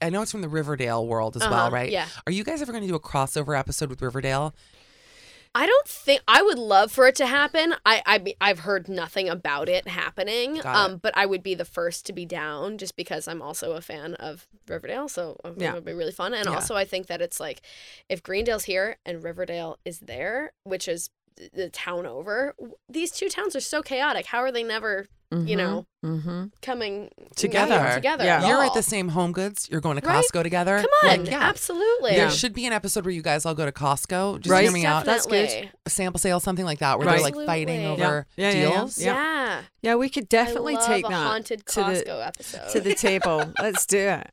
I know it's from the Riverdale world as well, Uh-huh, right? yeah. Are you guys ever going to do a crossover episode with Riverdale? I don't think I would love for it to happen. I I mean, I've heard nothing about it happening. Got Um, but I would be the first to be down just because I'm also a fan of Riverdale, so I think Yeah. it would be really fun. And Yeah. also, I think that it's like if Greendale's here and Riverdale is there, which is th- the town over. w- These two towns are so chaotic. How are they never You know. hmm coming Together. Together, Yeah. at You're at all? the same Home Goods. You're going to Oh. Right? Costco together. Come Like, on, yeah. absolutely. There should be an episode where you guys all go to Costco. Just Right. hear me out. That's good. Definitely. A sample sale, something like that, where Right. they're like fighting Absolutely. over Yeah. Yeah, yeah, yeah. deals. Yeah. Yeah. Yeah, we could definitely I love take a that haunted to Costco the episode. to the table. Let's do it.